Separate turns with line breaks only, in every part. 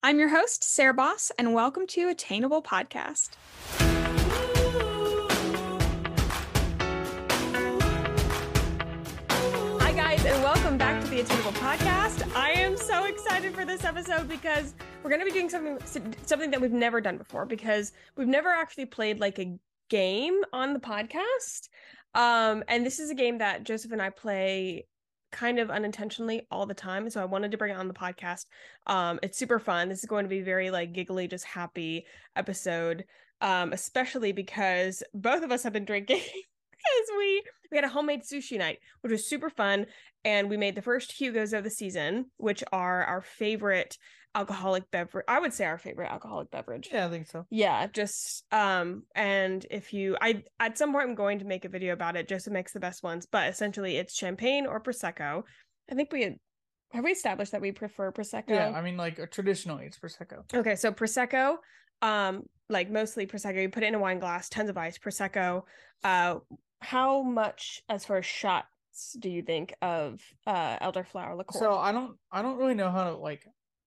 I'm your host, Sarah Boss, and welcome to Attainable Podcast. Hi, guys, and welcome back to the Attainable Podcast. I am so excited for this episode because we're going to be doing something something that we've never done before because we've never actually played like a game on the podcast. Um, and this is a game that Joseph and I play kind of unintentionally all the time. So I wanted to bring it on the podcast. Um, it's super fun. This is going to be very like giggly, just happy episode. Um, especially because both of us have been drinking because we we had a homemade sushi night, which was super fun, and we made the first Hugos of the season, which are our favorite alcoholic beverage. I would say our favorite alcoholic beverage.
Yeah, I think so.
Yeah, just um and if you I at some point I'm going to make a video about it. Joseph makes the best ones, but essentially it's champagne or prosecco. I think we had, have we established that we prefer prosecco.
Yeah, I mean, like uh, traditionally, it's prosecco.
Okay, so prosecco, um, like mostly prosecco. You put it in a wine glass, tons of ice. Prosecco. Uh, how much as far as shots do you think of uh elderflower liqueur?
So I don't, I don't really know how to like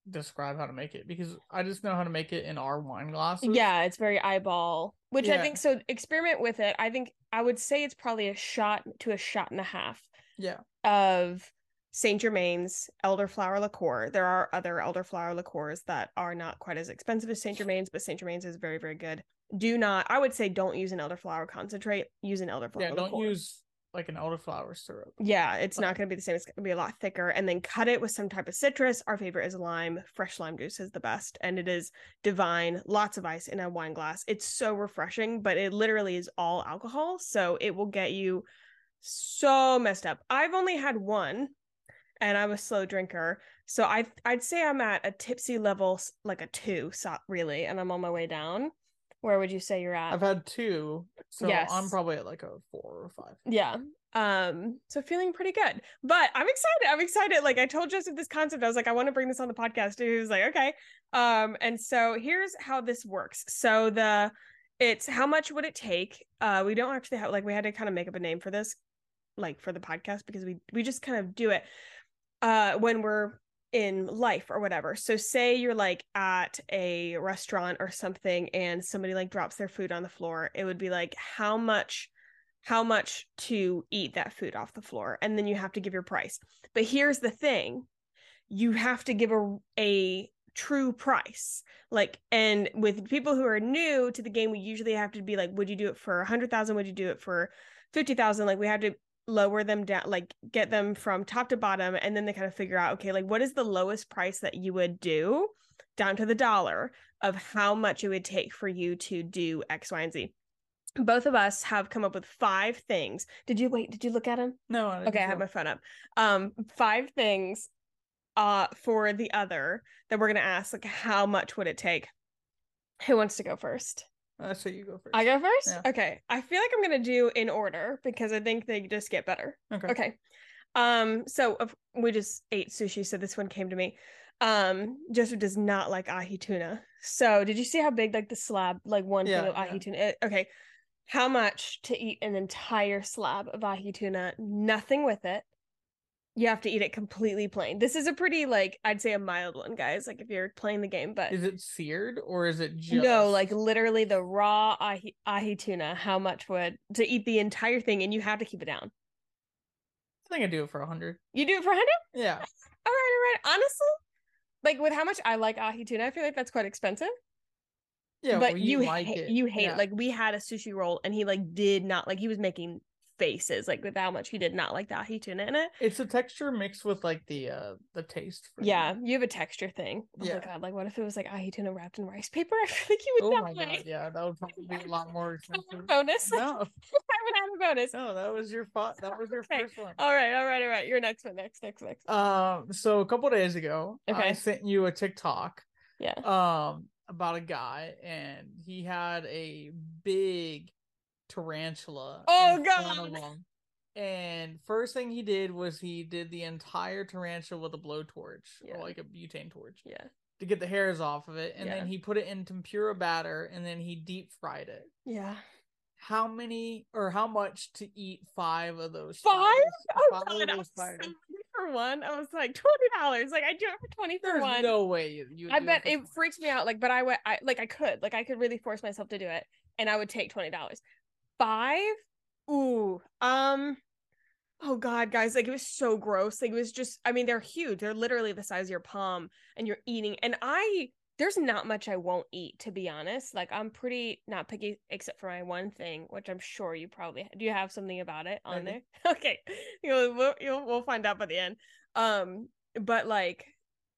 describe how to make it because I just know how to make it in our wine glasses.
yeah, it's very eyeball. Which I
Yeah.
think so. Experiment with it. I think I would say it's probably a shot to a shot and a half
yeah.
of Saint Germain's elderflower liqueur. There are other elderflower liqueurs that are not quite as expensive as Saint Germain's, but Saint Germain's is very, very good. Do not, I would say, don't use an elderflower concentrate. Use an elderflower.
Yeah, don't
liqueur.
use like an elderflower syrup.
Yeah, it's not
Okay.
going to be the same. It's going to be a lot thicker. And then cut it with some type of citrus. Our favorite is lime. Fresh lime juice is the best. And it is divine. Lots of ice in a wine glass. It's so refreshing, but it literally is all alcohol. So it will get you so messed up. I've only had one and I'm a slow drinker. So I I'd say I'm at a tipsy level s- like a 2 so, really and I'm on my way down. Where would you say you're at?
I've had two, so
Yes.
I'm probably at like a four or five.
Yeah. Um, so feeling pretty good. But I'm excited. I'm excited. Like I told Joseph this concept. I was like, I want to bring this on the podcast. And he was like, okay. Um, and so here's how this works. So the it's how much would it take? Uh, we don't actually have like we had to kind of make up a name for this, like for the podcast, because we we just kind of do it uh when we're in life or whatever. So say you're like at a restaurant or something and somebody like drops their food on the floor, it would be like how much how much to eat that food off the floor and then you have to give your price. But here's the thing. You have to give a a true price. Like and with people who are new to the game we usually have to be like would you do it for 100,000 would you do it for 50,000 like we have to lower them down like get them from top to bottom and then they kind of figure out okay like what is the lowest price that you would do down to the dollar of how much it would take for you to do x y and z both of us have come up with five things did you wait did you look at him
No, I didn't
okay i have
feel-
my phone up um five things uh for the other that we're gonna ask like how much would it take who wants to go first
Uh, so you go first.
i go first
Yeah.
okay i feel like i'm gonna do in order because i think they just get better
Okay.
Okay. Um, so of we just ate sushi, so this one came to me. Um, Joseph does not like ahi tuna. So did you see how big like the slab, like one thing
Yeah,
of ahi
yeah.
tuna? eh, Okay. How much to eat an entire slab of ahi tuna? Nothing with it. You have to eat it completely plain. This is a pretty like I'd say a mild one, guys. Like if you're playing the game, but
Is it seared or is it just
no, like literally the raw ahi, ahi tuna. How much would to eat the entire thing, and you have to keep it down.
I think I do it for a hundred.
You do it for a hundred.
Yeah,
All right, all right. Honestly, like with how much I like ahi tuna, I feel like that's quite expensive.
yeah.
but
well,
you
like
ha-
it.
you hate
yeah.
it. Like we had a sushi roll, and he like did not like. He was making faces like with how much he did not like the ahi tuna in it.
it's a texture mixed with like the uh the taste. for me.
Yeah, you have a texture thing. Oh
Yeah.
my god! Like what if it was like ahi tuna wrapped in rice paper? I feel like you would
Oh
not
my god.
like.
Yeah, that would probably be a lot more expensive.
Bonus.
No,
I would have a bonus.
no, that was your fo- that was your
Okay. Oh.
first one.
All right, all right, all right. Your next one, next, next, next.
Um, so a couple days ago,
Okay.
I sent you a TikTok
Yeah.
um about a guy and he had a big tarantula. in
Oh,
front of
God.
him. And first thing he did was he did the entire tarantula with a blowtorch
Yeah.
or like a butane torch
Yeah,
to get the hairs off of it, and
Yeah.
then he put it in tempura batter and then he deep fried it.
yeah.
How many or how much to eat five of those?
Five?
fries?
Oh
Five
god,
of
I'm
those
so
fries.
ready for one. I was like twenty dollars. Like I do it for twenty for
There's
one.
no way you. you would
I
do
bet
for
it
twenty.
freaks me out. Like, but I would, I like, I could, like, I could really force myself to do it, and I would take twenty dollars. Five, ooh, um, oh god, guys, like it was so gross. Like it was just, I mean, they're huge. They're literally the size of your palm, and you're eating. And I, there's not much I won't eat, to be honest. Like I'm pretty not picky, except for my one thing, which I'm sure you probably do. You have something about it on
I do.
there? Okay, you'll, we'll, you'll, we'll find out by the end. Um, but like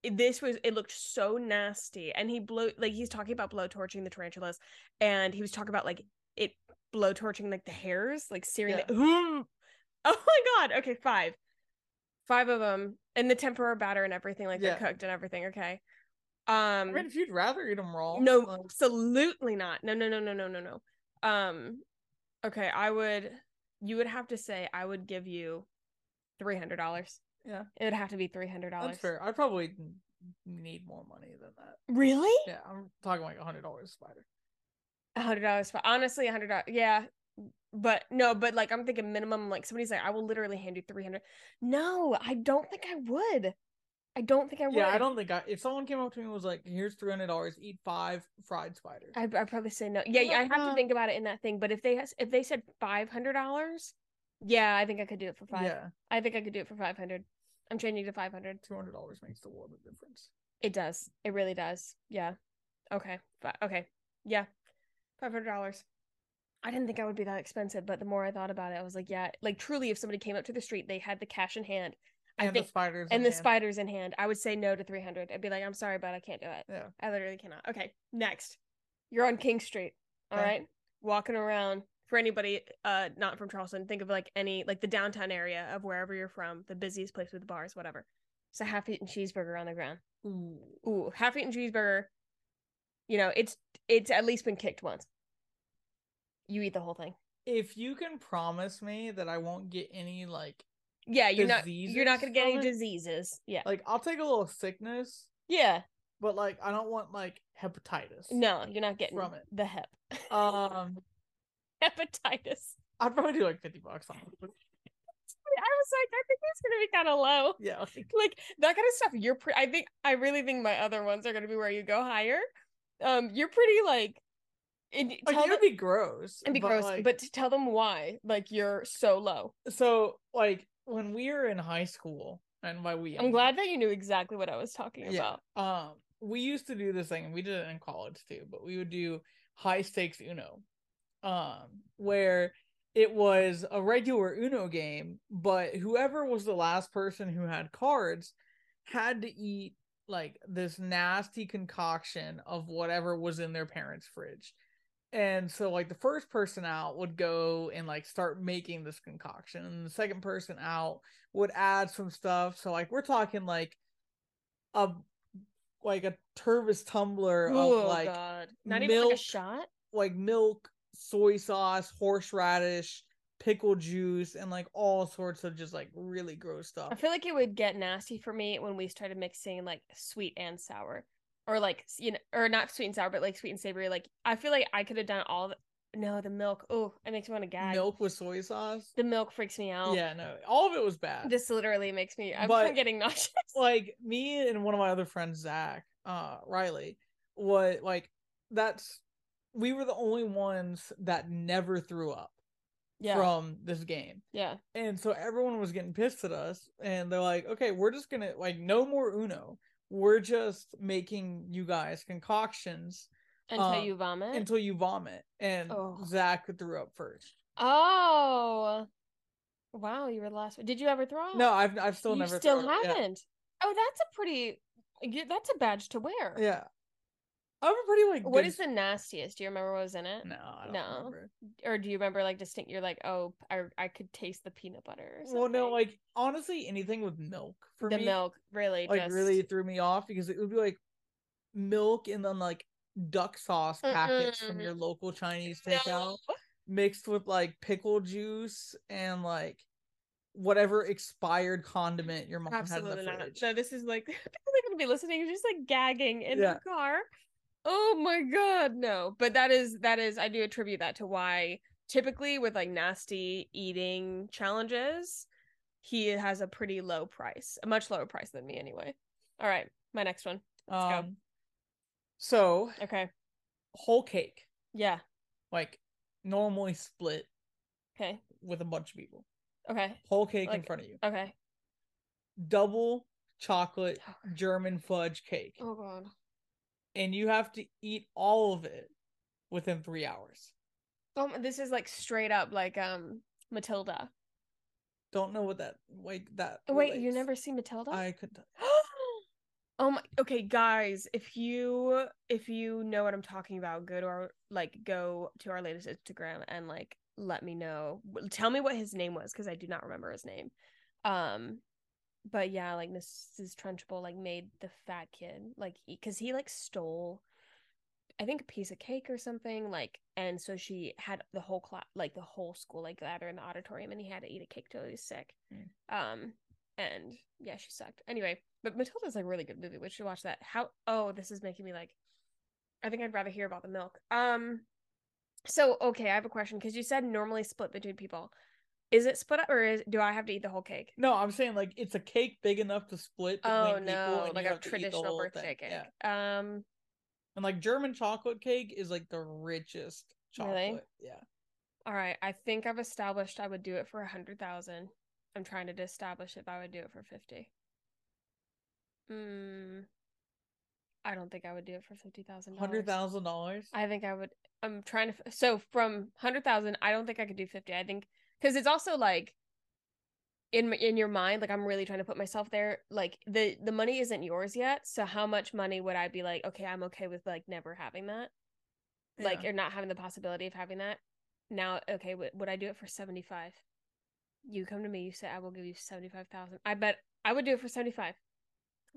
it- this was it looked so nasty and he blow like he's talking about blow torching the tarantulas and he was talking about like it blow torching like the hairs like searing
Yeah.
the, oh my god okay five five of them and the tempura batter and everything like
Yeah.
they're cooked and everything okay
I
um
mean, if you'd rather eat them raw,
no
like,
absolutely not no no no no no no no um okay i would you would have to say i would give you three hundred dollars
Yeah.
it would have to be three hundred dollars
that's fair. I probably n- need more money than that.
really
Yeah, I'm talking like a hundred dollars spider.
A hundred dollars for honestly a hundred dollars yeah but no but like i'm thinking minimum like somebody's like i will literally hand you 300 no i don't think i would i don't think i would
Yeah, I don't think I. If someone came up to me and was like, "Here's three hundred dollars, eat five fried spiders,"
I, i'd probably say no yeah
I'm
i
not-
have to
uh,
think about it in that thing but if they has, if they said 500 dollars yeah i think i could do it for five
yeah,
i think i could do it for 500 i'm changing to 500
two hundred dollars makes the world of difference.
it does it really does yeah okay Fi- okay yeah 500 dollars I didn't think I would be that expensive, but the more I thought about it, I was like, yeah, like truly, if somebody came up to the street, they had the cash in hand, I
And
think-
the spiders
and the
spiders.
spiders in hand, I would say no to 300. I'd be like, I'm sorry, but I can't do it.
Yeah.
I literally cannot. Okay, next. You're on King Street. all right,
Okay.
Walking around. For anybody uh not from Charleston, think of like any like the downtown area of wherever you're from, the busiest place with bars, whatever. It's a half eaten cheeseburger on the ground.
Ooh.
Ooh, half eaten cheeseburger. You know, it's it's at least been kicked once. You eat the whole thing.
If you can promise me that I won't get any like
Yeah, you're not you're not
diseases
gonna get any
from it?
diseases. Yeah.
like I'll take a little sickness,
Yeah.
but like I don't want like hepatitis.
No, you're not getting
From it.
the hep.
Um,
hepatitis.
I'd probably do like fifty bucks on it.
I was like, I think it's gonna be kind of low.
Yeah, like,
Like that kind of stuff. You're pretty. I think I really think my other ones are gonna be where you go higher. Um, you're pretty like. And y-
like
tell
it
them
would be gross.
and be
but,
gross,
like-
but to tell them why like you're so low.
so like when we were in high school, and by we, I
I'm
mean,
glad that you knew exactly what I was talking
Yeah.
about.
Um, we used to do this thing, and we did it in college too, but we would do high stakes Uno, um, where it was a regular Uno game, but whoever was the last person who had cards had to eat like this nasty concoction of whatever was in their parents' fridge. And so like the first person out would go and like start making this concoction and the second person out would add some stuff. So like we're talking like a like a Tervis tumbler of like
Oh, god! Not even like a
milk-
shot.
like milk, soy sauce, horseradish, pickle juice, and like all sorts of just like really gross
I
stuff.
feel like it would get nasty for me when we started mixing like sweet and sour, or like s- you know, or not sweet and sour, but like sweet and savory. Like I feel like I could have done all the no the milk. Oh, it makes me want to gag.
Milk with soy sauce.
The milk freaks me out.
Yeah, no, all of it was bad.
This literally makes me. I'm
But-
getting nauseous.
like me and one of my other friends, Zach, uh, Riley, was like that's we were the only ones that never threw up
yeah,
from this game.
yeah,
And so everyone was getting pissed at us, and they're like, "Okay, we're just gonna like no more Uno. We're just making you guys concoctions
until
Uh,
you vomit.
until you vomit." And
Ugh.
Zach threw up first.
oh, wow! You were the last. Did you ever throw up?
No, I've I've still
you
never.
still
thrown up. Yeah.
haven't. Oh, that's a pretty. you- That's a badge to wear.
Yeah. I'm a pretty like.
What
good
is the nastiest? Do you remember what was in it?
No, I don't
No.
remember.
or do you remember like distinct you're like oh i, I could taste the peanut butter or
Well, no,
something?
like honestly, anything with milk for
the
me,
milk really
like
just
really threw me off because it would be like milk and then like duck sauce packets from
Mm-mm.
your local Chinese
No.
takeout. mixed with like pickle juice and like whatever expired condiment your mom had
absolutely
in the
not
fridge.
no this is like people are gonna be listening you're just like gagging in
Yeah.
the car oh my god no but that is that is i do attribute that to why typically with like nasty eating challenges he has a pretty low price, a much lower price than me anyway. All right, my next one. go.
Um, so
Okay.
whole cake,
Yeah.
like normally split
Okay.
with a bunch of people.
Okay.
Whole cake in
Like-
front of you.
Okay.
Double chocolate German fudge cake.
Oh god.
And you have to eat all of it within three hours.
Oh, my- this is like straight up like um Matilda.
Don't know what that like that.
Oh, Wait, you
relates.
never see Matilda?
I could.
oh my okay guys if you if you know what i'm talking about go to our like go to our latest instagram and like let me know W- tell me what his name was because i do not remember his name um but yeah like mrs trunchbull like made the fat kid like because he like stole i think a piece of cake or something like and so she had the whole class like the whole school like gather in the auditorium and he had to eat a cake till he was sick
Mm.
um and yeah, she sucked. Anyway, but Matilda's like a really good movie. We should watch that. How? Oh, this is making me like. I think I'd rather hear about the milk. Um, so okay, I have a question because you said normally split between people. Is it split up or is, do I have to eat the whole cake?
No, I'm saying like it's a cake big enough to split. Between
Oh
people
no,
and
like
you
a
have to eat the
traditional
whole
birthday
thing.
cake.
Yeah.
Um,
And like German chocolate cake is like the richest chocolate.
Really?
Yeah.
all right. I think I've established I would do it for a hundred thousand. I'm trying to establish if I would do it for fifty. Hmm. I don't think I would do it for fifty thousand.
Hundred thousand dollars.
I think I would. I'm trying to. f- So from hundred thousand, I don't think I could do fifty. I think because it's also like in m- in your mind, like I'm really trying to put myself there. Like the the money isn't yours yet. So how much money would I be like? Okay, I'm okay with like never having that. Like
Yeah.
or not having the possibility of having that. Now, okay, w- would I do it for seventy five? You come to me. You say I will give you seventy five thousand. I bet I would do it for seventy five.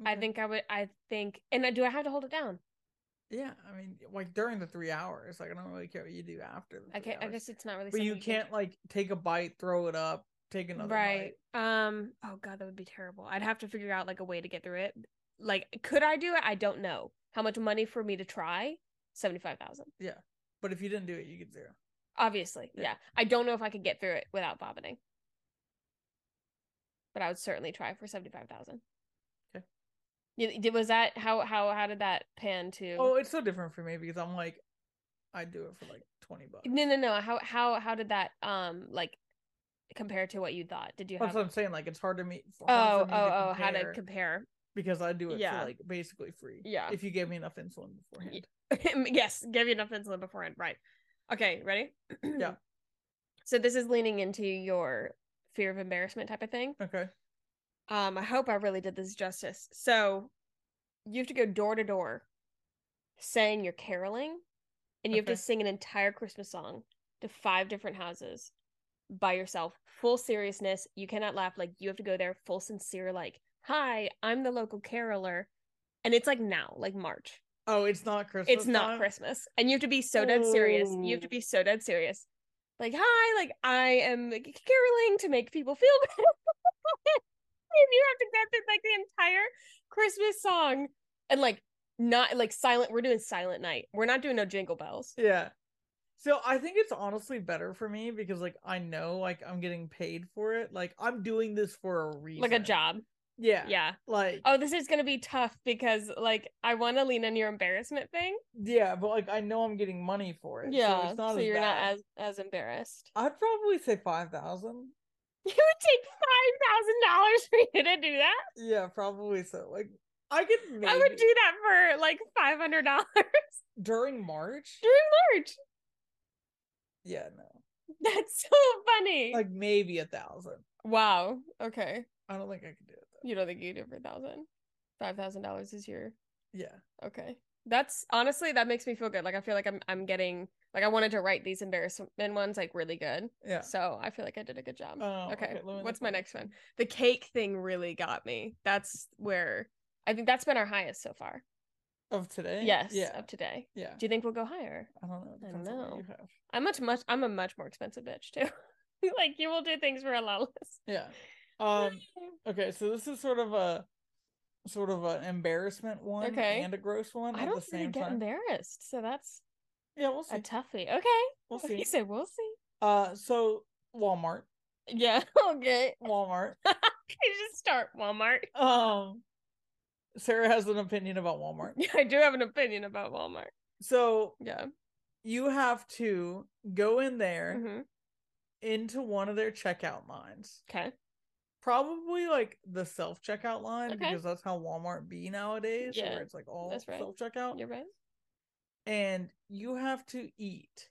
I
Okay.
think I would. I think. And I- do I have to hold it down?
Yeah, I mean, like during the three hours, like I don't really care what you do after. The
I
three
can't. I
hours.
guess it's not really.
but you
something can-
can't like take a bite, throw it up, take another
right um oh god that would be terrible i'd have to figure out like a way to get through it like could i do it i don't know how much money for me to try 75000
bite. But if you didn't do it, you get zero.
obviously yeah.
Yeah.
i don't know if i could get through it without vomiting but i would certainly try for 75000
Okay.
You- did was that how how how did that pan to
Oh, it's so different for me because I'm like, I do it for like twenty bucks.
no no no how how how did that um like compare to what you thought did you
That's
have
what I'm saying. Like it's hard to me.
oh
hard for me to
oh oh how to
compare
compare
because I do it
Yeah.
for like basically free.
Yeah.
If you gave me enough insulin beforehand.
yes, give you enough insulin beforehand. Right. Okay, ready?
Yeah.
So this is leaning into your fear of embarrassment type of thing.
Okay.
Um, I hope I really did this justice. So you have to go door to door saying you're caroling, and you have
Okay.
to sing an entire Christmas song to five different houses by yourself, full seriousness. You cannot laugh. Like you have to go there full sincere, like, hi, I'm the local caroler. And it's like now, like March
Oh, it's not Christmas.
it's not
time?
Christmas. And you have to be so dead serious. You have to
Ooh.
be so dead serious. Like, hi, like I am caroling to make people feel good. and you have to get through like the entire Christmas song. And like not like silent, we're doing silent night. We're not doing no jingle bells.
Yeah. So I think it's honestly better for me because like I know like I'm getting paid for it. Like I'm doing this for a reason.
Like a job.
Yeah.
Yeah.
Like
Oh, this is gonna be tough because like I wanna lean on your embarrassment thing.
yeah, but like I know I'm getting money for it. So,
Yeah.
it's
So,
not as
you're
bad.
not as as embarrassed.
I'd probably say five thousand.
It would take five thousand dollars for you to do that.
Yeah, probably so. Like I could maybe
I would do that for like five hundred dollars
during March.
during March.
Yeah, no.
That's so funny.
Like maybe a thousand.
wow. Okay.
I don't think I could do it
You don't think you do it for a thousand? Five thousand dollars is your
though. Yeah.
okay. That's honestly that makes me feel good. Like I feel like I'm I'm getting like I wanted to write these embarrassment ones like really good.
Yeah.
So I feel like I did a good job.
Oh,
okay.
let me look
What's my
at
next
this
one? The cake thing really got me. That's where I think that's been our highest so far.
Of today?
Yes.
Yeah.
Up today.
Yeah.
Do you think we'll go higher?
I don't know.
I
Depends on what you have.
I'm much much I'm a much more expensive bitch too. like you will do things for a lot less.
Yeah. Um Okay, so this is sort of a sort of an embarrassment one
Okay.
and a gross one
I
at
don't
the
really
same
get
time.
embarrassed, so that's
yeah, we'll
a
see.
toughie. Okay,
We'll
you
see.
said we'll see.
Uh, so Walmart.
Yeah. Okay.
Walmart.
I just start Walmart.
Um, Sarah has an opinion about Walmart.
Yeah, I do have an opinion about Walmart.
So
Yeah.
you have to go in there
hmm
into one of their checkout lines,
Okay.
probably like the self checkout line
Okay.
because that's how Walmart be nowadays,
Yeah,
where it's like all
that's right.
self checkout,
You're right.
and you have to eat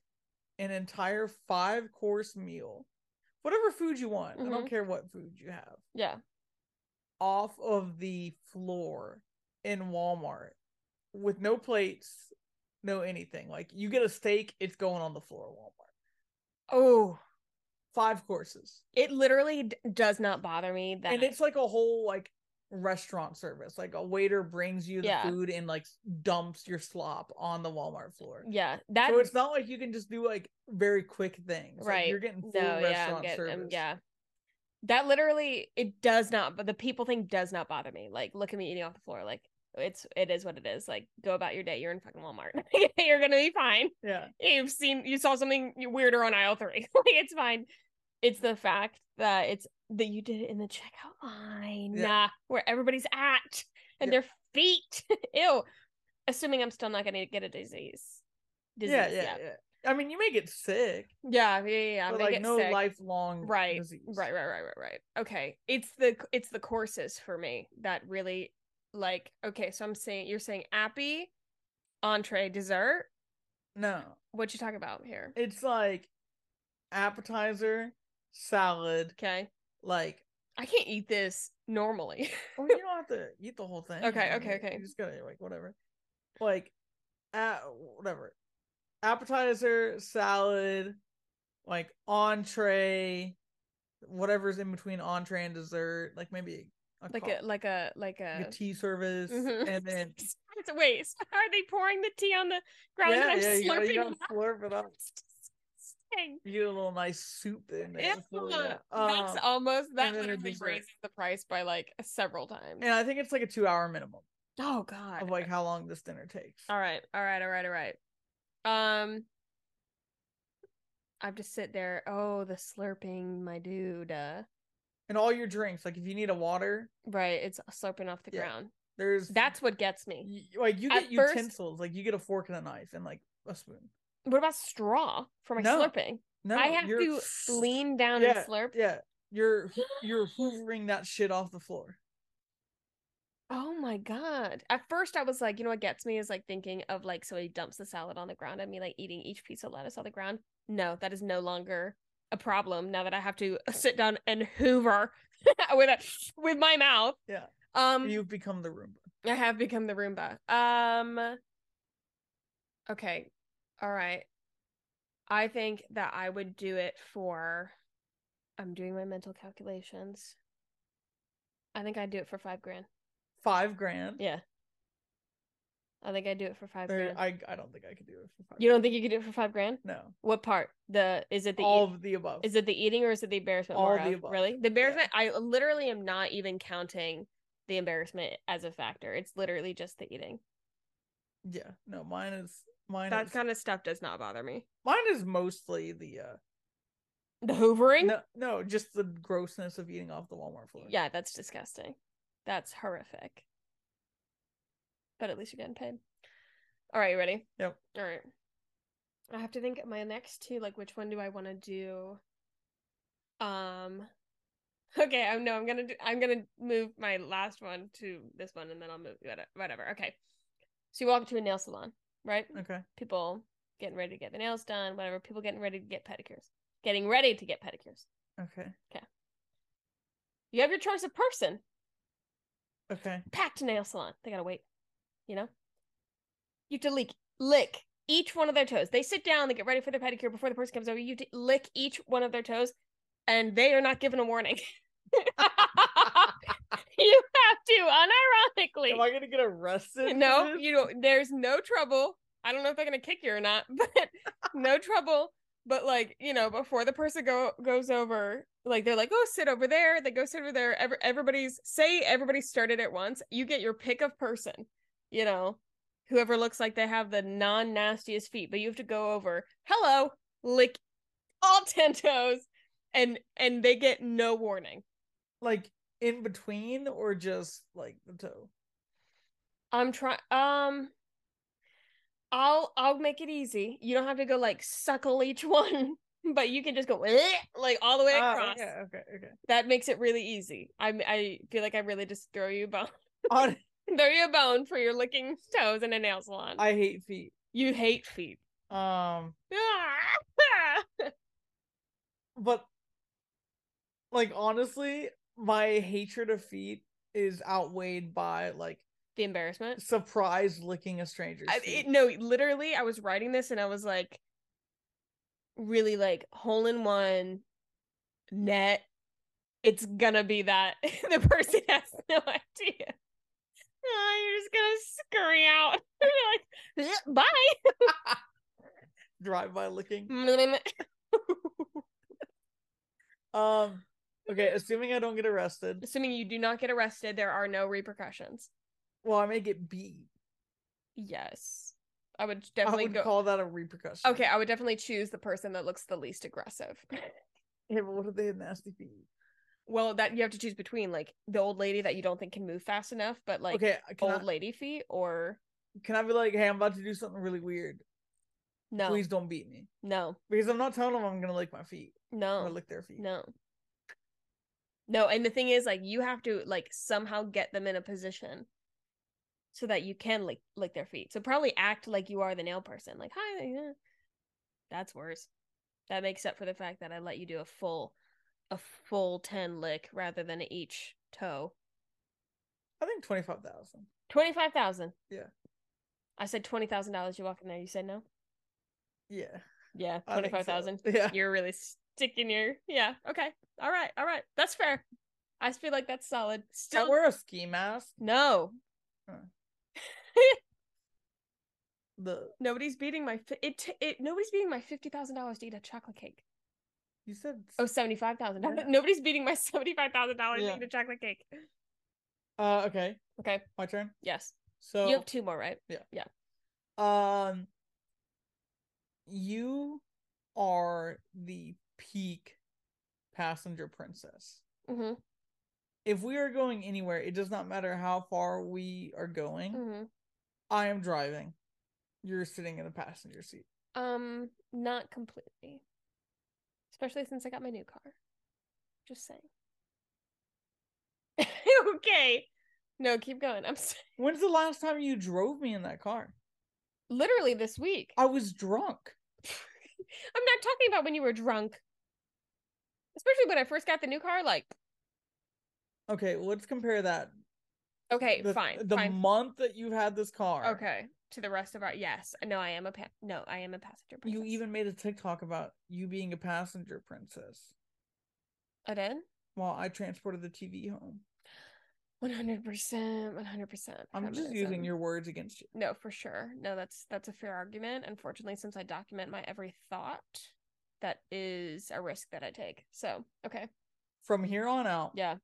an entire five course meal, whatever food you want. I
Mm-hmm.
don't care what food you have,
Yeah.
off of the floor in Walmart with no plates, no anything. Like you get a steak, it's going on the floor. at Walmart.
Oh,
five courses
it literally d- does not bother me that.
and it's like a whole like restaurant service like a waiter brings you the
Yeah.
food and like dumps your slop on the walmart floor
yeah. That.
so it's not like you can just do like very quick things Like,
Right.
you're getting full
no. Yeah. I'm
restaurant
get-
service
um, yeah. That literally, it does not. But the people thing does not bother me. Like, look at me eating off the floor. Like, it's it is what it is. Like, go about your day. You're in fucking Walmart. You're gonna be fine.
yeah
you've seen you saw something weirder on aisle three. like it's fine. It's the fact that it's that you did it in the checkout line,
Yeah.
uh, where everybody's at and
Yeah.
their feet. Ew. Assuming I'm still not going to get a disease. Disease.
yeah yeah yeah i mean you may get sick
Yeah. Yeah. Yeah. yeah. I'm
but
gonna
like
get
no
sick.
lifelong
Right,
disease.
Right, right, right, right, right. Okay. It's the it's the courses for me that really like okay, so I'm saying you're saying appy, entree, dessert.
no
What you talking about here?
it's like appetizer salad
Okay.
like
I can't eat this normally.
Well, you don't have to eat the whole thing. I
Okay,
mean,
okay,
you-
okay.
You just gotta like whatever, like, uh, whatever, appetizer, salad, like entree, whatever's in between entree and dessert, like maybe a
like
co-
a like a like
like a
a
tea service,
Mhm.
and Oh. then
It's- wait so are they pouring the tea on the ground and i'm
you gotta-
slurping
you
it
gotta
up?
slurp it up.
It's disgusting.
You get a little nice soup in
Ew,
there. before that.
that's
Um,
almost that
and then a
literally
dessert.
raises the price by like several times
and I think it's like a two-hour minimum
oh god
of like how long this dinner takes.
all right all right all right all right um i have to sit there oh the slurping my dude uh
And all your drinks, like if you need a water,
right it's slurping off the
Yeah.
ground
there's
that's what gets me
y- like you
At
get
first-
utensils like you get a fork and a knife and like a spoon
what about straw for my
No.
slurping
no
i have
you're,
to lean down
Yeah,
and slurp
yeah you're hoo- you're hoovering that shit off the floor
Oh my god. At first I was like, you know what gets me is like thinking of like so he dumps the salad on the ground and me like eating each piece of lettuce on the ground. No, that is no longer a problem now that I have to uh, sit down and hoover with a, with my mouth.
Yeah.
Um
you've become the roomba
I have become the Roomba. Um Okay. All right. I think that I would do it for I'm doing my mental calculations. I think I'd do it for 5 grand.
five grand
Yeah. I think I'd do it for five
Or
grand.
I, I don't think i could do it for five
You don't think you could do it for five grand?
no
What part? The is it the
all
eat-
of the above
is it the eating or is it the embarrassment?
All
more
the
of?
above.
Really? The embarrassment I literally am not even counting the embarrassment as a factor. It's literally just the eating.
yeah no mine is mine
That
is,
kind of stuff does not bother me.
mine is mostly the uh
The hoovering?
no no just the grossness of eating off the walmart floor
Yeah, that's disgusting. That's horrific. But at least you're getting paid. All right, you ready?
Yep.
All right. I have to think of my next two. Like, which one do I want to do? Um. Okay, I know I'm gonna do. I'm gonna move my last one to this one, and then I'll move whate- whatever. Okay. So you walk to a nail salon, right?
okay
People getting ready to get their nails done, whatever. People getting ready to get pedicures, getting ready to get pedicures.
okay
You have your choice of person.
okay
packed nail salon. They gotta wait. You know? You have to lick lick each one of their toes. They sit down, they get ready for their pedicure before the person comes over. You have to lick each one of their toes, and they are not given a warning. you have to,
am
unironically.
i gonna get arrested for
No,
this?
you don't there's no trouble. I don't know if they're gonna kick you or not, but no trouble. But like, you know, before the person go goes over, like they're like, oh, sit over there. They go sit over there. Every, everybody's say everybody started at once. You get your pick of person, you know, whoever looks like they have the non nastiest feet, but you have to go over, hello, lick all ten toes, and and they get no warning.
Like in between or just like the toe?
I'm trying. Um, I'll I'll make it easy. You don't have to go like suckle each one, but you can just go like all the way
Ah,
across.
okay, okay, okay.
That makes it really easy. I I feel like I really just throw you a bone,
Hon-
throw you a bone for your licking toes in a nail salon.
I hate feet.
you hate feet.
Um, but like honestly, my hatred of feet is outweighed by like
the embarrassment.
surprise licking a stranger's
I,
feet.
it, no, literally, I was writing this and I was like, really like hole in one net. It's gonna be that the person has no idea. Oh, you're just gonna scurry out. You're like, bye.
Drive by licking.
Mm.
Um, okay, assuming I don't get arrested.
Assuming you do not get arrested, there are no repercussions.
Well, I may get beat.
Yes, I would
I
definitely
would
go.
call that a repercussion.
okay, I would definitely choose the person that looks the least aggressive.
Yeah, but what if they had nasty feet?
Well, that you have to choose between like the old lady that you don't think can move fast enough, but like
okay, can
old
I,
lady feet, or
can I be like, hey, I'm about to do something really weird.
no,
Please don't beat me.
no,
Because I'm not telling them I'm gonna lick my feet or
no,
lick their feet.
no, no. And the thing is, like, you have to like somehow get them in a position so that you can lick lick their feet. So probably act like you are the nail person, like hi. yeah." That's worse. That makes up for the fact that I let you do a full, a full ten lick rather than each toe.
I think twenty five thousand.
Twenty five thousand.
Yeah.
I said twenty thousand dollars. You walk in there. You said no.
Yeah.
Yeah,
I
twenty
think so.
five thousand.
Yeah.
You're really sticking your yeah. Okay, all right, all right. That's fair. I feel like that's solid.
Can
Still,
I wear a ski mask?
no,
The
nobody's beating my fi- it. t- It nobody's beating my fifty thousand dollars to eat a chocolate cake.
you said
Oh, 75000
Yeah.
dollars. Nobody's beating my seventy five thousand dollars
Yeah.
to eat a chocolate cake.
uh okay.
Okay,
My turn.
yes,
So
you have two more, right?
um you are the peak passenger princess.
Mm-hmm.
If we are going anywhere, it does not matter how far we are going.
mm-hmm.
I am driving. You're sitting in the passenger seat.
Um, not completely. Especially since I got my new car. Just saying. okay. No, keep going. I'm sorry.
When's the last time you drove me in that car?
literally this week.
I was drunk.
I'm not talking about when you were drunk. Especially when I first got the new car, like,
Okay, let's compare that.
okay,
the,
fine,
The
fine.
month that you've had this car.
Okay. To the rest of our yes. No, I am a pa- no, I am a passenger.
You
princess.
even made a TikTok about you being a passenger princess
I did?
while I transported the TV home.
One hundred percent, one hundred percent.
I'm just using your words against you.
No, for sure. No, that's that's a fair argument. Unfortunately, since I document my every thought, that is a risk that I take. So, okay.
From here on out,
Yeah.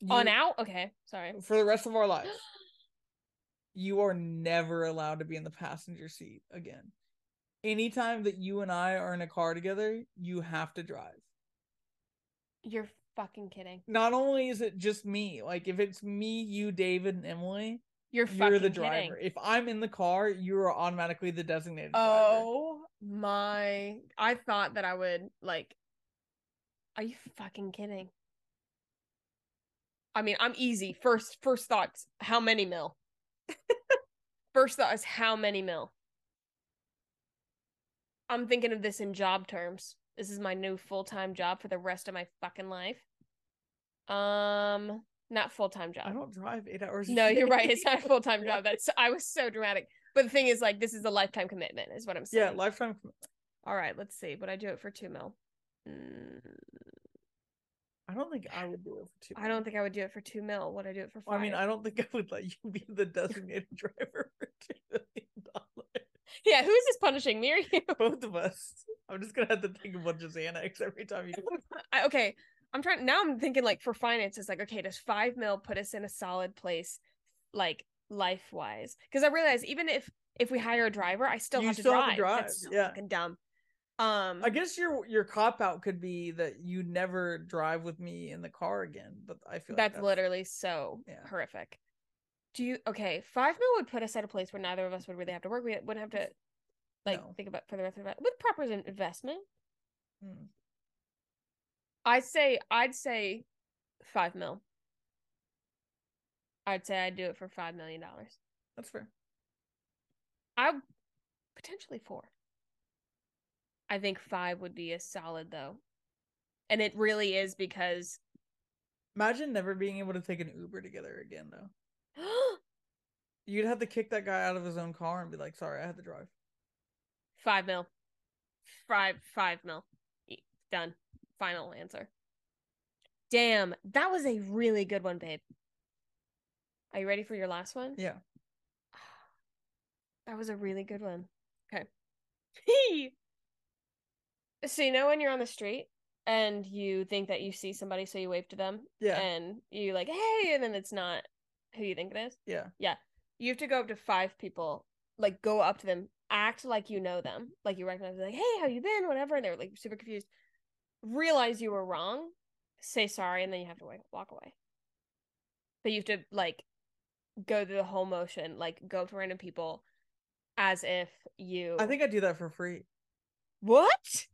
you-
On out? Okay. Sorry.
for the rest of our lives, you are never allowed to be in the passenger seat again. Anytime that you and I are in a car together, you have to drive.
You're fucking kidding.
Not only is it just me, like if it's me, you, David, and Emily,
You're
you're,
fucking
the
kidding.
driver. If I'm in the car, you are automatically the designated driver.
Oh my. I thought that I would like Are you fucking kidding? I mean, I'm easy. First first thoughts, how many mil? first thought is how many mil? I'm thinking of this in job terms. This is my new full-time job for the rest of my fucking life. Um, not full-time job.
I don't drive eight hours. a
No,
day.
you're right. It's not a full time
Yeah.
job. That's I was so dramatic. But the thing is, like, this is a lifetime commitment, is what I'm
yeah,
saying.
lifetime. commitment.
All right, let's see. Would I do it for two mil? Mm,
I don't think I would do it for two.
I don't think I would do it for two mil. Would I do it for
I
five?
mean, I don't think I would let you be the designated driver for two million dollars.
yeah. Who's this punishing me or you?
Both of us. I'm just gonna have to take a bunch of Xanax every time you.
I, okay, I'm trying now. I'm thinking like for finance, it's like okay, does five mil put us in a solid place, like life wise? Because I realize even if if we hire a driver, I still
You
have to
still have
drive.
to drive,
That's so
yeah.
fucking dumb. Um
I guess your your cop out could be that you never drive with me in the car again, but I feel like
that's, literally so
yeah.
horrific. Do you okay? Five mil would put us at a place where neither of us would really have to work. We wouldn't have to like
No.
think about for the rest of it with proper in- investment.
Mm.
I say I'd say five mil. I'd say I'd do it for five million dollars.
That's fair.
I potentially four. I think five would be a solid though, and it really is because
Imagine never being able to take an Uber together again though. You'd have to kick that guy out of his own car and be like, sorry, I had to drive.
five mil, five five mil, E- done. Final answer. Damn, that was a really good one, babe. Are you ready for your last one?
Yeah.
That was a really good one. Okay. so you know when you're on the street and you think that you see somebody, so you wave to them,
Yeah.
and you like, hey, and then it's not who you think it is.
yeah.
You have to go up to five people, like go up to them, act like you know them, like you recognize them, like, hey, how you been? Whatever. And they're like super confused. Realize you were wrong, say sorry, and then you have to wa- walk away. But you have to like go through the whole motion, like go up to random people as if you
I think I do that for free.
what?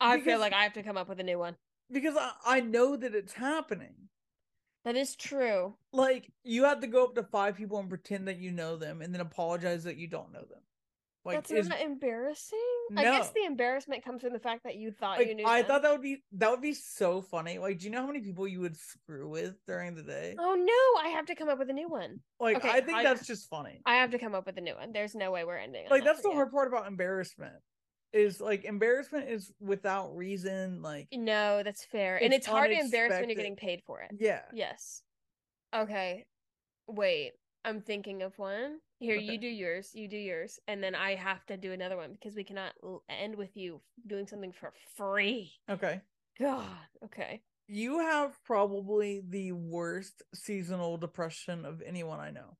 I feel
Because-
like I have to come up with a new one.
Because I, I know that it's happening.
That is true.
Like you have to go up to five people and pretend that you know them and then apologize that you don't know them. Like
That's
is-
not embarrassing. I guess
No.
the embarrassment comes from the fact that you thought you
like,
knew.
I
them.
thought that would be that would be so funny. Like, do you know how many people you would screw with during the day?
Oh no, I have to come up with a new one.
Like,
okay,
I think
I-
that's just funny.
I have to come up with a new one. There's no way we're ending. on
like,
that
that's the
one yet.
hard part about embarrassment is like embarrassment is without reason. Like,
No, that's fair, and it's
It's
hard to embarrass when
unexpected.
you're getting paid for it.
yeah,
Yes. Okay. Wait, I'm thinking of one. Here,
Okay.
you do yours. You do yours, and then I have to do another one because we cannot l- end with you doing something for free.
okay.
God. Okay.
You have probably the worst seasonal depression of anyone I know.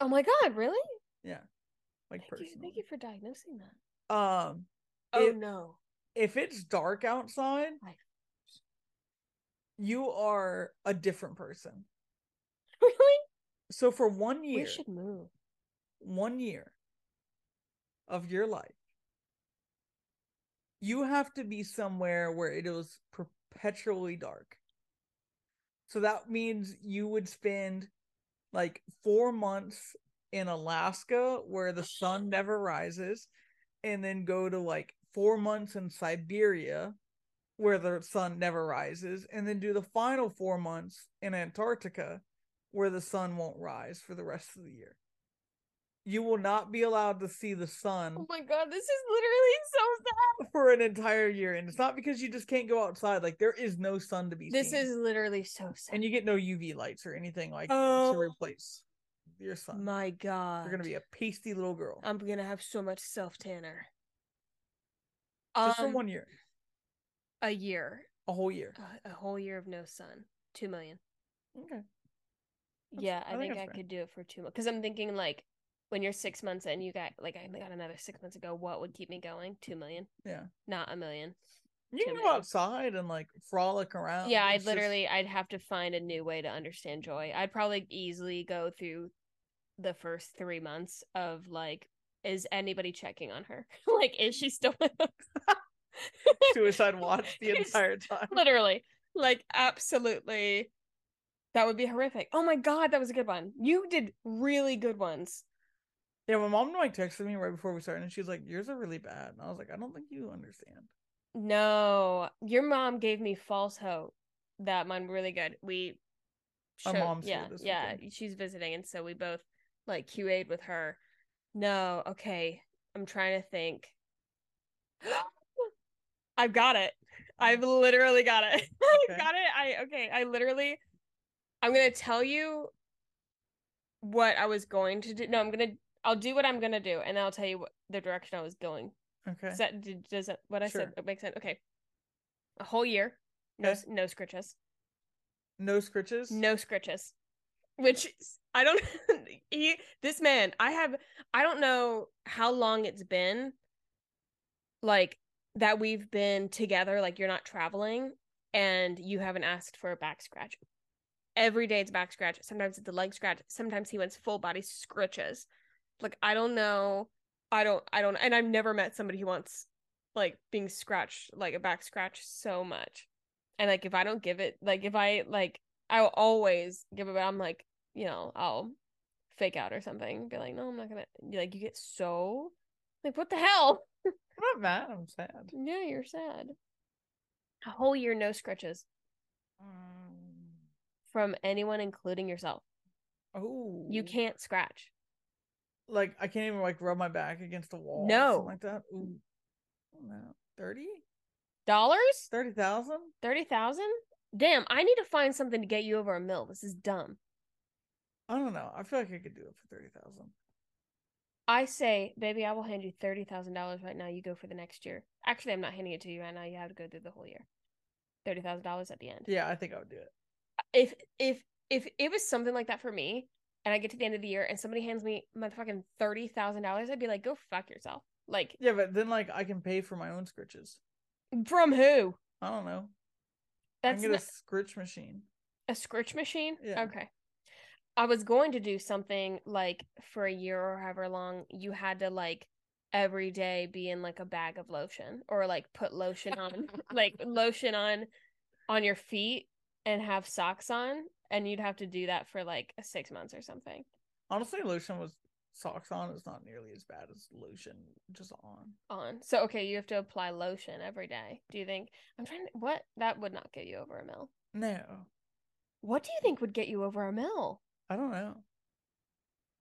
Oh my God! Really?
Like,
Thank you.
personally,
Thank you for diagnosing that.
um,
Oh
It-
no.
if it's dark outside,
I-
you are a different person.
Really?
So for one year,
We should move.
one year of your life, you have to be somewhere where it is perpetually dark. So that means you would spend like four months in Alaska where the sun never rises, and then go to like four months in Siberia where the sun never rises, and then do the final four months in Antarctica where the sun won't rise for the rest of the year. You will not be allowed to see the sun
Oh my God! This is literally so sad.
for an entire year. And it's not because you just can't go outside. Like there is no sun to be
This
seen.
is literally so sad.
and you get no UV lights or anything like
Oh.
to replace your sun.
My God.
You're gonna be a pasty little girl.
I'm gonna have so much self tanner.
just for
Um,
one year.
a year, uh,
A whole year.
a, a whole year of no sun, two million.
Okay. That's-
yeah,
I
I,
think
think,
that's
I
fair.
could do it for two months. Because I'm thinking like when you're six months in, you got like I got another six months ago. What would keep me going? Two million.
Yeah.
Not a million.
You
Two
can go
million.
outside and like frolic around.
yeah, I'd
It's just-
literally I'd have to find a new way to understand joy. I'd probably easily go through the first three months of like, is anybody checking on her? like, is she still with us?
suicide watch the
It's-
entire time.
literally like absolutely that would be horrific oh my god that was a good one you did really good ones
Yeah, my mom like texted me right before we started, and she's like, "Yours are really bad," and I was like, "I don't think you understand."
no your mom gave me false hope that one really good we
Our
showed-
mom's here
yeah
this
yeah
weekend.
she's visiting and so we both like qa'd with her no okay i'm trying to think i've got it i've literally got it
Mm. Okay.
i've got it i okay i literally i'm gonna tell you what i was going to do no i'm gonna i'll do what i'm gonna do and then i'll tell you what the direction i was going
Okay,
does that, d- does that what i said
Sure.
it makes sense okay a whole year no
Okay.
s- no scritches
no scritches.
no scritches which is- i don't he this man i have i don't know how long it's been like that we've been together, like you're not traveling and you haven't asked for a back scratch. Every day it's back scratch. Sometimes it's a leg scratch. Sometimes he wants full body scritches. Like I don't know. I don't I don't and I've never met somebody who wants like being scratched like a back scratch so much. And like if I don't give it like if I like I'll always give it I'm like, you know, I'll fake out or something. Be like, no, I'm not gonna like you get so like what the hell?
I'm not mad. I'm sad.
Yeah, you're sad. A whole year no scratches
Um,
from anyone including yourself.
oh,
You can't scratch.
like I can't even like rub my back against the wall. or
No.
something like that. Ooh, no, thirty,
Dollars?
thirty thousand.
Thirty thousand? Damn, I need to find something to get you over a mill. This is dumb.
I don't know. I feel like I could do it for thirty thousand.
I say, baby, I will hand you thirty thousand dollars right now. You go for the next year. Actually, I'm not handing it to you right now. You have to go through the whole year. Thirty thousand dollars at the end.
Yeah, I think I would do it.
If if if it was something like that for me, and I get to the end of the year and somebody hands me motherfucking thirty thousand dollars, I'd be like, go fuck yourself. Like
Yeah, but then like I can pay for my own scritches.
from who?
I don't know. I
That's
can get
not-
a scritch machine.
A scritch machine?
Yeah.
Okay. I was going to do something like for a year or however long you had to like every day be in like a bag of lotion or like put lotion on like lotion on on your feet and have socks on and you'd have to do that for like 6 months or something.
Honestly, lotion with socks on is not nearly as bad as lotion just on.
On. So okay, you have to apply lotion every day. Do you think I'm trying to what that would not get you over a mill.
No,
What do you think would get you over a mill?
I don't know.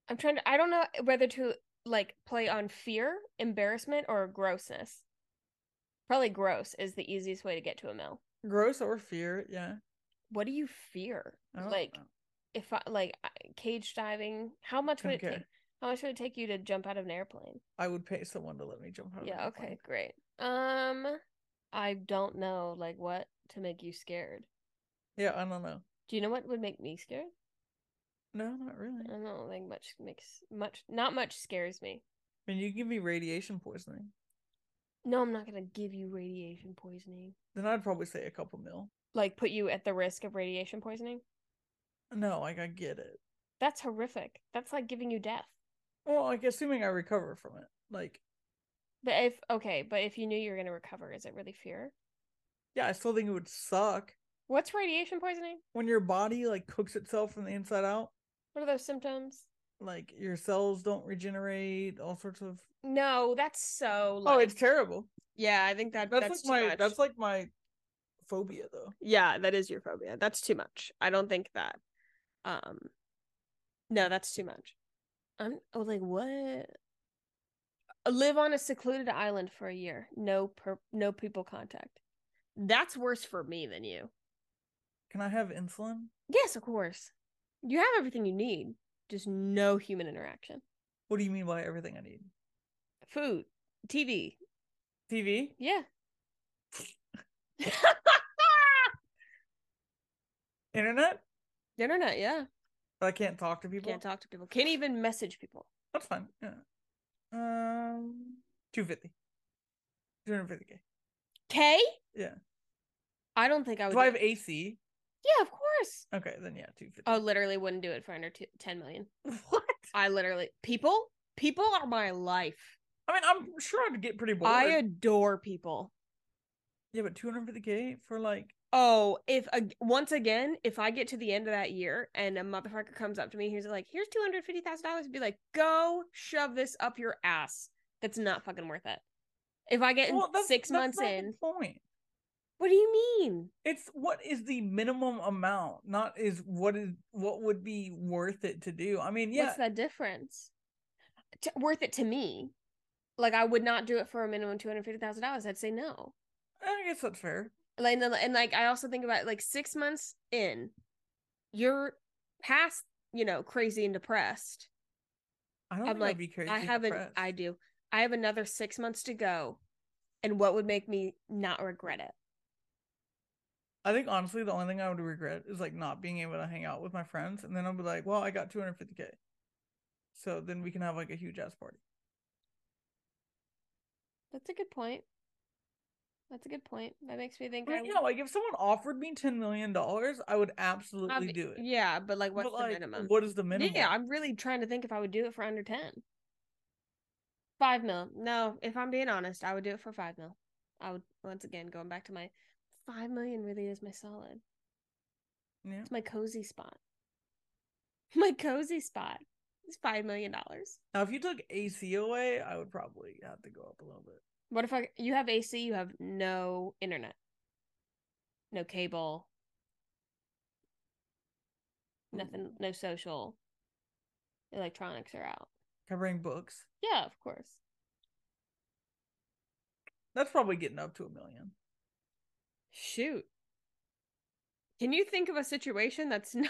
I'm trying to I don't know whether to like play on fear, embarrassment, or grossness. Probably gross is the easiest way to get to a mill.
Gross or fear? Yeah.
What do you fear?
I don't
Like
know.
if I like I- cage diving, how much would
Don't
it
care.
take? How much would it take you to jump out of an airplane?
I would pay someone to let me jump out. of an
Yeah,
airplane.
okay, great. Um I don't know like what to make you scared.
Yeah, I don't know.
Do you know what would make me scared?
No, not really.
I don't think much makes much not much scares me.
I mean, you give me radiation poisoning,
No, I'm not gonna give you radiation poisoning.
then I'd probably say a couple mil.
Like put you at the risk of radiation poisoning?
No, like I get it.
That's horrific. That's like giving you death.
Well, like assuming I recover from it. Like,
But if okay, but if you knew you were gonna recover, is it really fear?
yeah, I still think it would suck
What's radiation poisoning?
when your body like cooks itself from the inside out.
What are those symptoms?
Like your cells don't regenerate, all sorts of.
No, that's so.
Oh, it's terrible.
yeah. I think that
That's, like my that's like my phobia though.
yeah, that is your phobia. That's too much. I don't think that. Um, no, that's too much. I'm oh, like what? Live on a secluded island for a year. No per no people contact. That's worse for me than you.
Can I have insulin?
Yes, of course. You have everything you need, just no human interaction.
What do you mean by everything I need?
Food, TV.
TV?
Yeah.
Internet?
Internet, yeah.
But I can't talk to people.
Can't talk to people. Can't even message people.
That's fine. Yeah. Um, two fifty. Two hundred fifty k.
K?
Yeah.
I don't think I would.
Do I
do
have
it.
AC?
Yeah, of course.
Okay, then yeah, two fifty.
I literally wouldn't do it for under two, 10 million.
what?
I literally people people are my life.
I mean, I'm sure I'd get pretty bored.
I adore people.
yeah, but two hundred fifty k for like,
Oh, if a, once again, if I get to the end of that year and a motherfucker comes up to me, he's like, "Here's two hundred fifty thousand dollars," be like, "Go shove this up your ass. That's not fucking worth it." If I get in
well, that's,
six
that's
months
not the
in,
Point.
what do you mean?
It's what is the minimum amount, not is what is what would be worth it to do. I mean, yeah,
What's the difference? T- worth it to me? Like I would not do it for a minimum two hundred fifty thousand dollars. I'd say no.
I guess that's fair.
like and, and like i also think about like six months in you're past you know crazy and depressed
I don't
I'm
think
like,
I'd be crazy.
i haven't
depressed.
i do i have another six months to go and what would make me not regret it
I think honestly, the only thing I would regret is like not being able to hang out with my friends, and then I'll be like, "Well, I got 250k, so then we can have like a huge ass party."
that's a good point That's a good point. That makes me think.
I mean, yeah, like if someone offered me ten million dollars, I would absolutely
Obvi-
do it.
Um, Yeah, but like, what's
But, like,
the minimum?
What is the minimum?
Yeah, I'm really trying to think if I would do it for under ten. Five mil. No, if I'm being honest, I would do it for five mil. I would once again going back to my five million really is my solid.
Yeah.
It's my cozy spot. My cozy spot is five million dollars.
Now, if you took AC away, I would probably have to go up a little bit.
What if I you have AC, you have no internet. No cable. Nothing no social. Electronics are out.
Can I bring books?
Yeah, of course.
That's probably getting up to a million.
Shoot. Can you think of a situation that's not,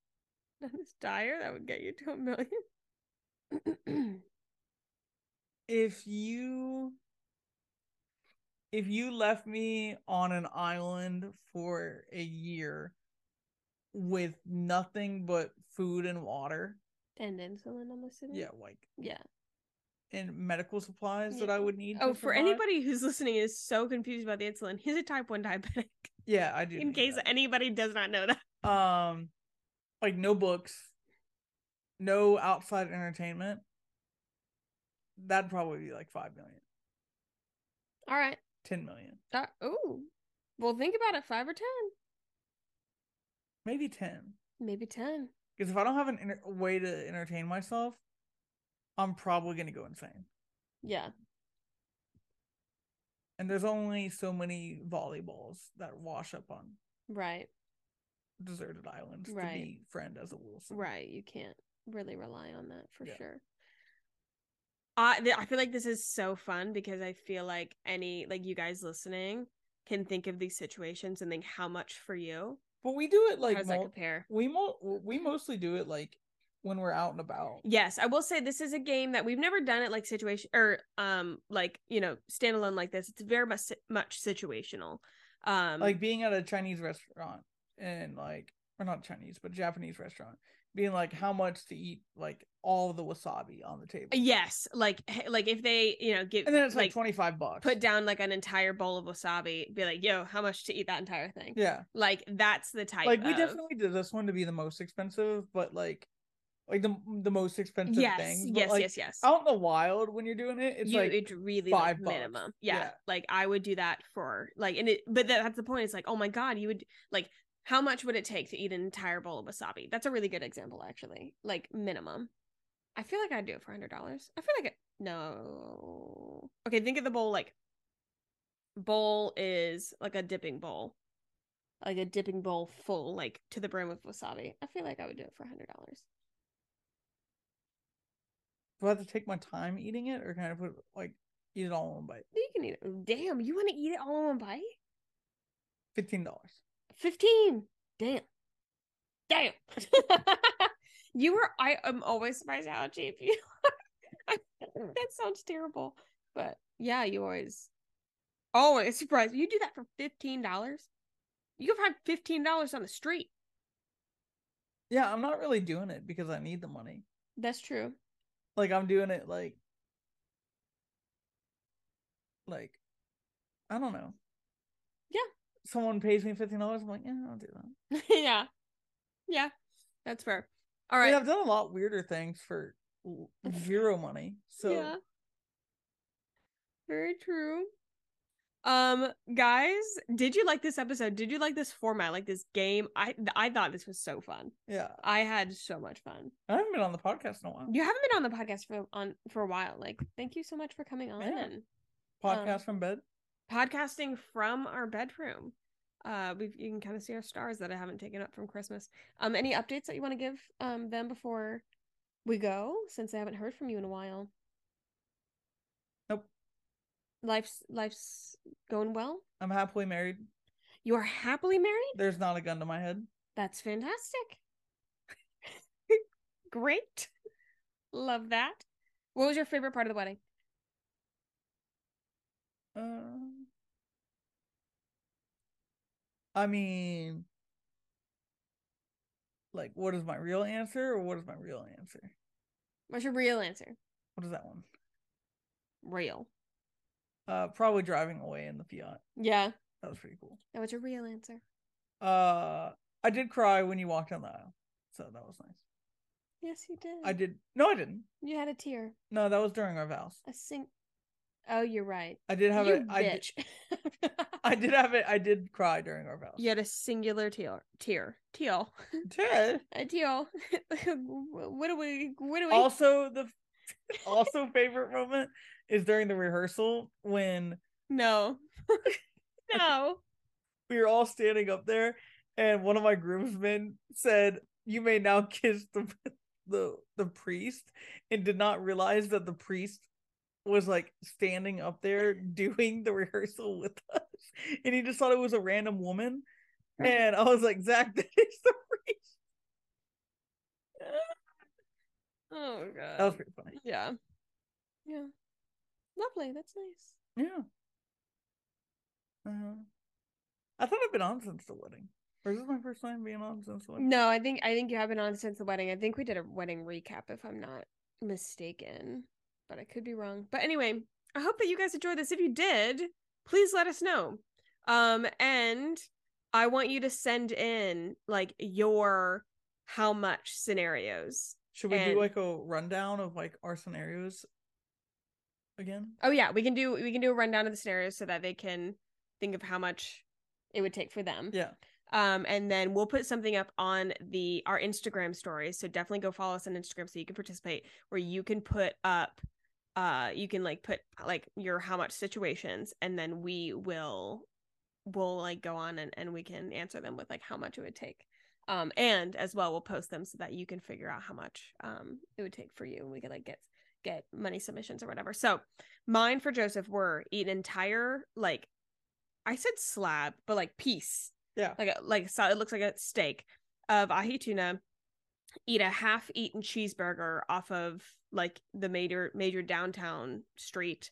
not as dire that would get you to a million?
If you if you left me on an island for a year with nothing but food and water,
and insulin, I'm assuming.
yeah, like
Yeah.
and medical supplies that
Yeah.
I would need.
Oh,
to
for
survive-
anybody who's listening is so confused about the insulin, he's a type 1 diabetic.
yeah, I do.
In
need
case
that.
anybody does not know that.
um like no books no outside entertainment that'd probably be like 5 million
All right.
10 million
That, ooh. Well, think about it 5 or 10.
maybe 10
Maybe 10.
because if i don't have an inter- way to entertain myself i'm probably going to go insane
Yeah.
and there's only so many volleyballs that wash up on
Right.
deserted islands
Right.
to be friend as a wilson
Right. You can't really rely on that for
Yeah.
sure. I th- I feel like this is so fun because I feel like any like you guys listening can think of these situations and think how much for you.
but we do it
how
like
does that
mul-
compare?
we mo- we mostly do it like when we're out and about
Yes, I will say this is a game that we've never done it like situation or um like you know standalone like this. It's very much much situational. Um,
like being at a Chinese restaurant and like or not Chinese but Japanese restaurant being like how much to eat like all the wasabi on the table
yes, like h- like if they you know give
and then it's like,
like
25 bucks
put down like an entire bowl of wasabi, be like yo, how much to eat that entire thing?
yeah
Like that's the type.
like we
of-
definitely did this one to be the most expensive but like like the the most expensive
yes
thing
yes
like,
yes yes.
out in the wild when you're doing it it's
you
like
it's really
five
like
bucks.
minimum yeah.
Yeah.
like i would do that for like and it but that, that's the point it's like oh my god you would like how much would it take to eat an entire bowl of wasabi that's a really good example actually like minimum i feel like i'd do it for hundred dollars i feel like it no okay think of the bowl like bowl is like a dipping bowl like a dipping bowl full like to the brim with wasabi i feel like i would do it for hundred dollars
do I have to take my time eating it or can I put like eat it all in one bite
you can eat it damn you want to eat it all in one bite
fifteen dollars
15 damn damn you were i am always surprised how cheap you are that sounds terrible but yeah you always always surprised you do that for $15 you can find $15 on the street
yeah I'm not really doing it because I need the money
that's true
like i'm doing it like like i don't know
Yeah.
someone pays me $15 i'm like yeah i'll do that
yeah yeah that's fair all
I
right
mean, i've done a lot weirder things for l- zero money so
yeah. Very true. Um, guys, did you like this episode? Did you like this format, like this game? I I thought this was so fun.
yeah
I had so much fun.
i haven't been on the podcast in a while
You haven't been on the podcast for on for a while. Like, thank you so much for coming on
Yeah.
and
podcast
um,
from bed
podcasting from our bedroom. Uh, we you can kind of see our stars that I haven't taken up from Christmas. Um, any updates that you want to give um them before we go, since I haven't heard from you in a while?
Nope.
Life's life's going well.
i'm happily married
You are happily married.
there's not a gun to my head
That's fantastic. Great. Love that. What was your favorite part of the wedding?
uh, i mean like what is my real answer or what is my real answer
What's your real answer?
what is that one
Real.
Uh, probably driving away in the Fiat.
Yeah.
That was pretty cool.
That was your real answer.
Uh, I did cry when you walked down the aisle, so that was nice.
Yes, you did.
I did. No, I didn't.
You had a tear.
No, that was during our vows.
A sink. Oh, you're right.
I did have
you
it. I did,
bitch.
I did have it. I did cry during our vows.
you had a singular tear. Tear. Teal.
Did.
A teal. what do we? What do we?
Also, the also favorite moment is during the rehearsal when
no. no.
we were all standing up there, and one of my groomsmen said, "You may now kiss the the the priest," and did not realize that the priest was like standing up there doing the rehearsal with us, and he just thought it was a random woman. And I was like, Zach, that is the priest.
Oh god.
That was pretty funny.
Yeah. Yeah. Lovely. That's nice.
Yeah. Uh, I thought I've been on since the wedding. Or is this my first time being on since the wedding?
No, I think I think you have been on since the wedding. I think we did a wedding recap, if I'm not mistaken, but I could be wrong. But anyway, I hope that you guys enjoyed this. If you did, please let us know. Um, and I want you to send in like your how much scenarios.
Should we
And-
do like a rundown of like our scenarios again?
Oh yeah, we can do we can do a rundown of the scenarios so that they can think of how much it would take for them.
Yeah.
um and then we'll put something up on the our instagram stories so definitely go follow us on instagram so you can participate where you can put up uh you can like put like your how much situations and then we will we'll like go on and, and we can answer them with like how much it would take um and as well we'll post them so that you can figure out how much um it would take for you and we could like get get money submissions or whatever so mine for joseph were eat an entire like i said slab but like piece
Yeah.
like a, like so it looks like a steak of ahi tuna eat a half eaten cheeseburger off of like the major major downtown street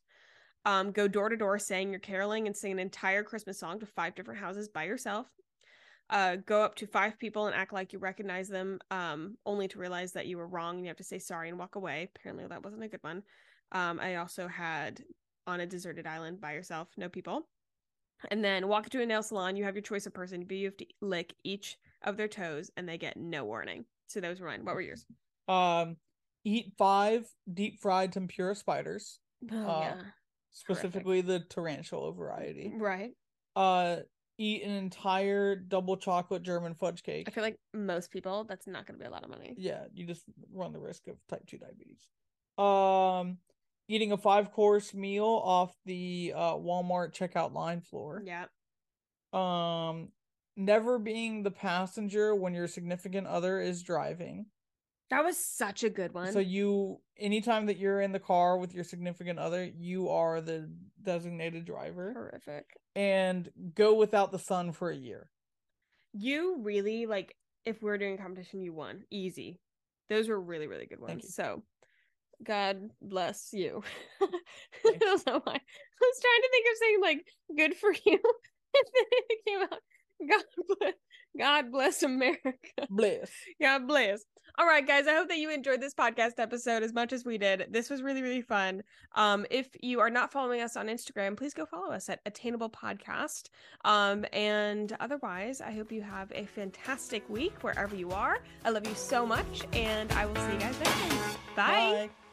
um go door to door saying you're caroling and sing an entire christmas song to five different houses by yourself uh go up to five people and act like you recognize them um only to realize that you were wrong and you have to say sorry and walk away apparently that wasn't a good one um i also had on a deserted island by yourself no people and then walk into a nail salon. You have your choice of person, but you have to lick each of their toes and they get no warning. So those were mine. What were yours?
Um eat five deep fried tempura spiders,
Oh,
Uh, specifically the tarantula variety.
Right.
Uh eat an entire double chocolate German fudge cake.
I feel like most people, that's not going to be a lot of money.
yeah, you just run the risk of type 2 diabetes. Um, eating a five course meal off the uh, Walmart checkout line floor.
Yeah.
Um, never being the passenger when your significant other is driving.
That was such a good one.
So you, anytime that you're in the car with your significant other, you are the designated driver
horrific.
and go without the sun for a year.
You really like, if we are doing a competition, you won. Easy. Those were really, really good
Thank
ones.
you.
So God bless you. I
Thanks.
don't know why. I was trying to think of saying like good for you. and then it came out God bless God bless America.
Bliss.
God bless. All right, guys. I hope that you enjoyed this podcast episode as much as we did. This was really, really fun. Um, if you are not following us on Instagram, please go follow us at Attainable Podcast. Um, and otherwise, I hope you have a fantastic week wherever you are. I love you so much, and I will see you guys next time. Bye.
Bye.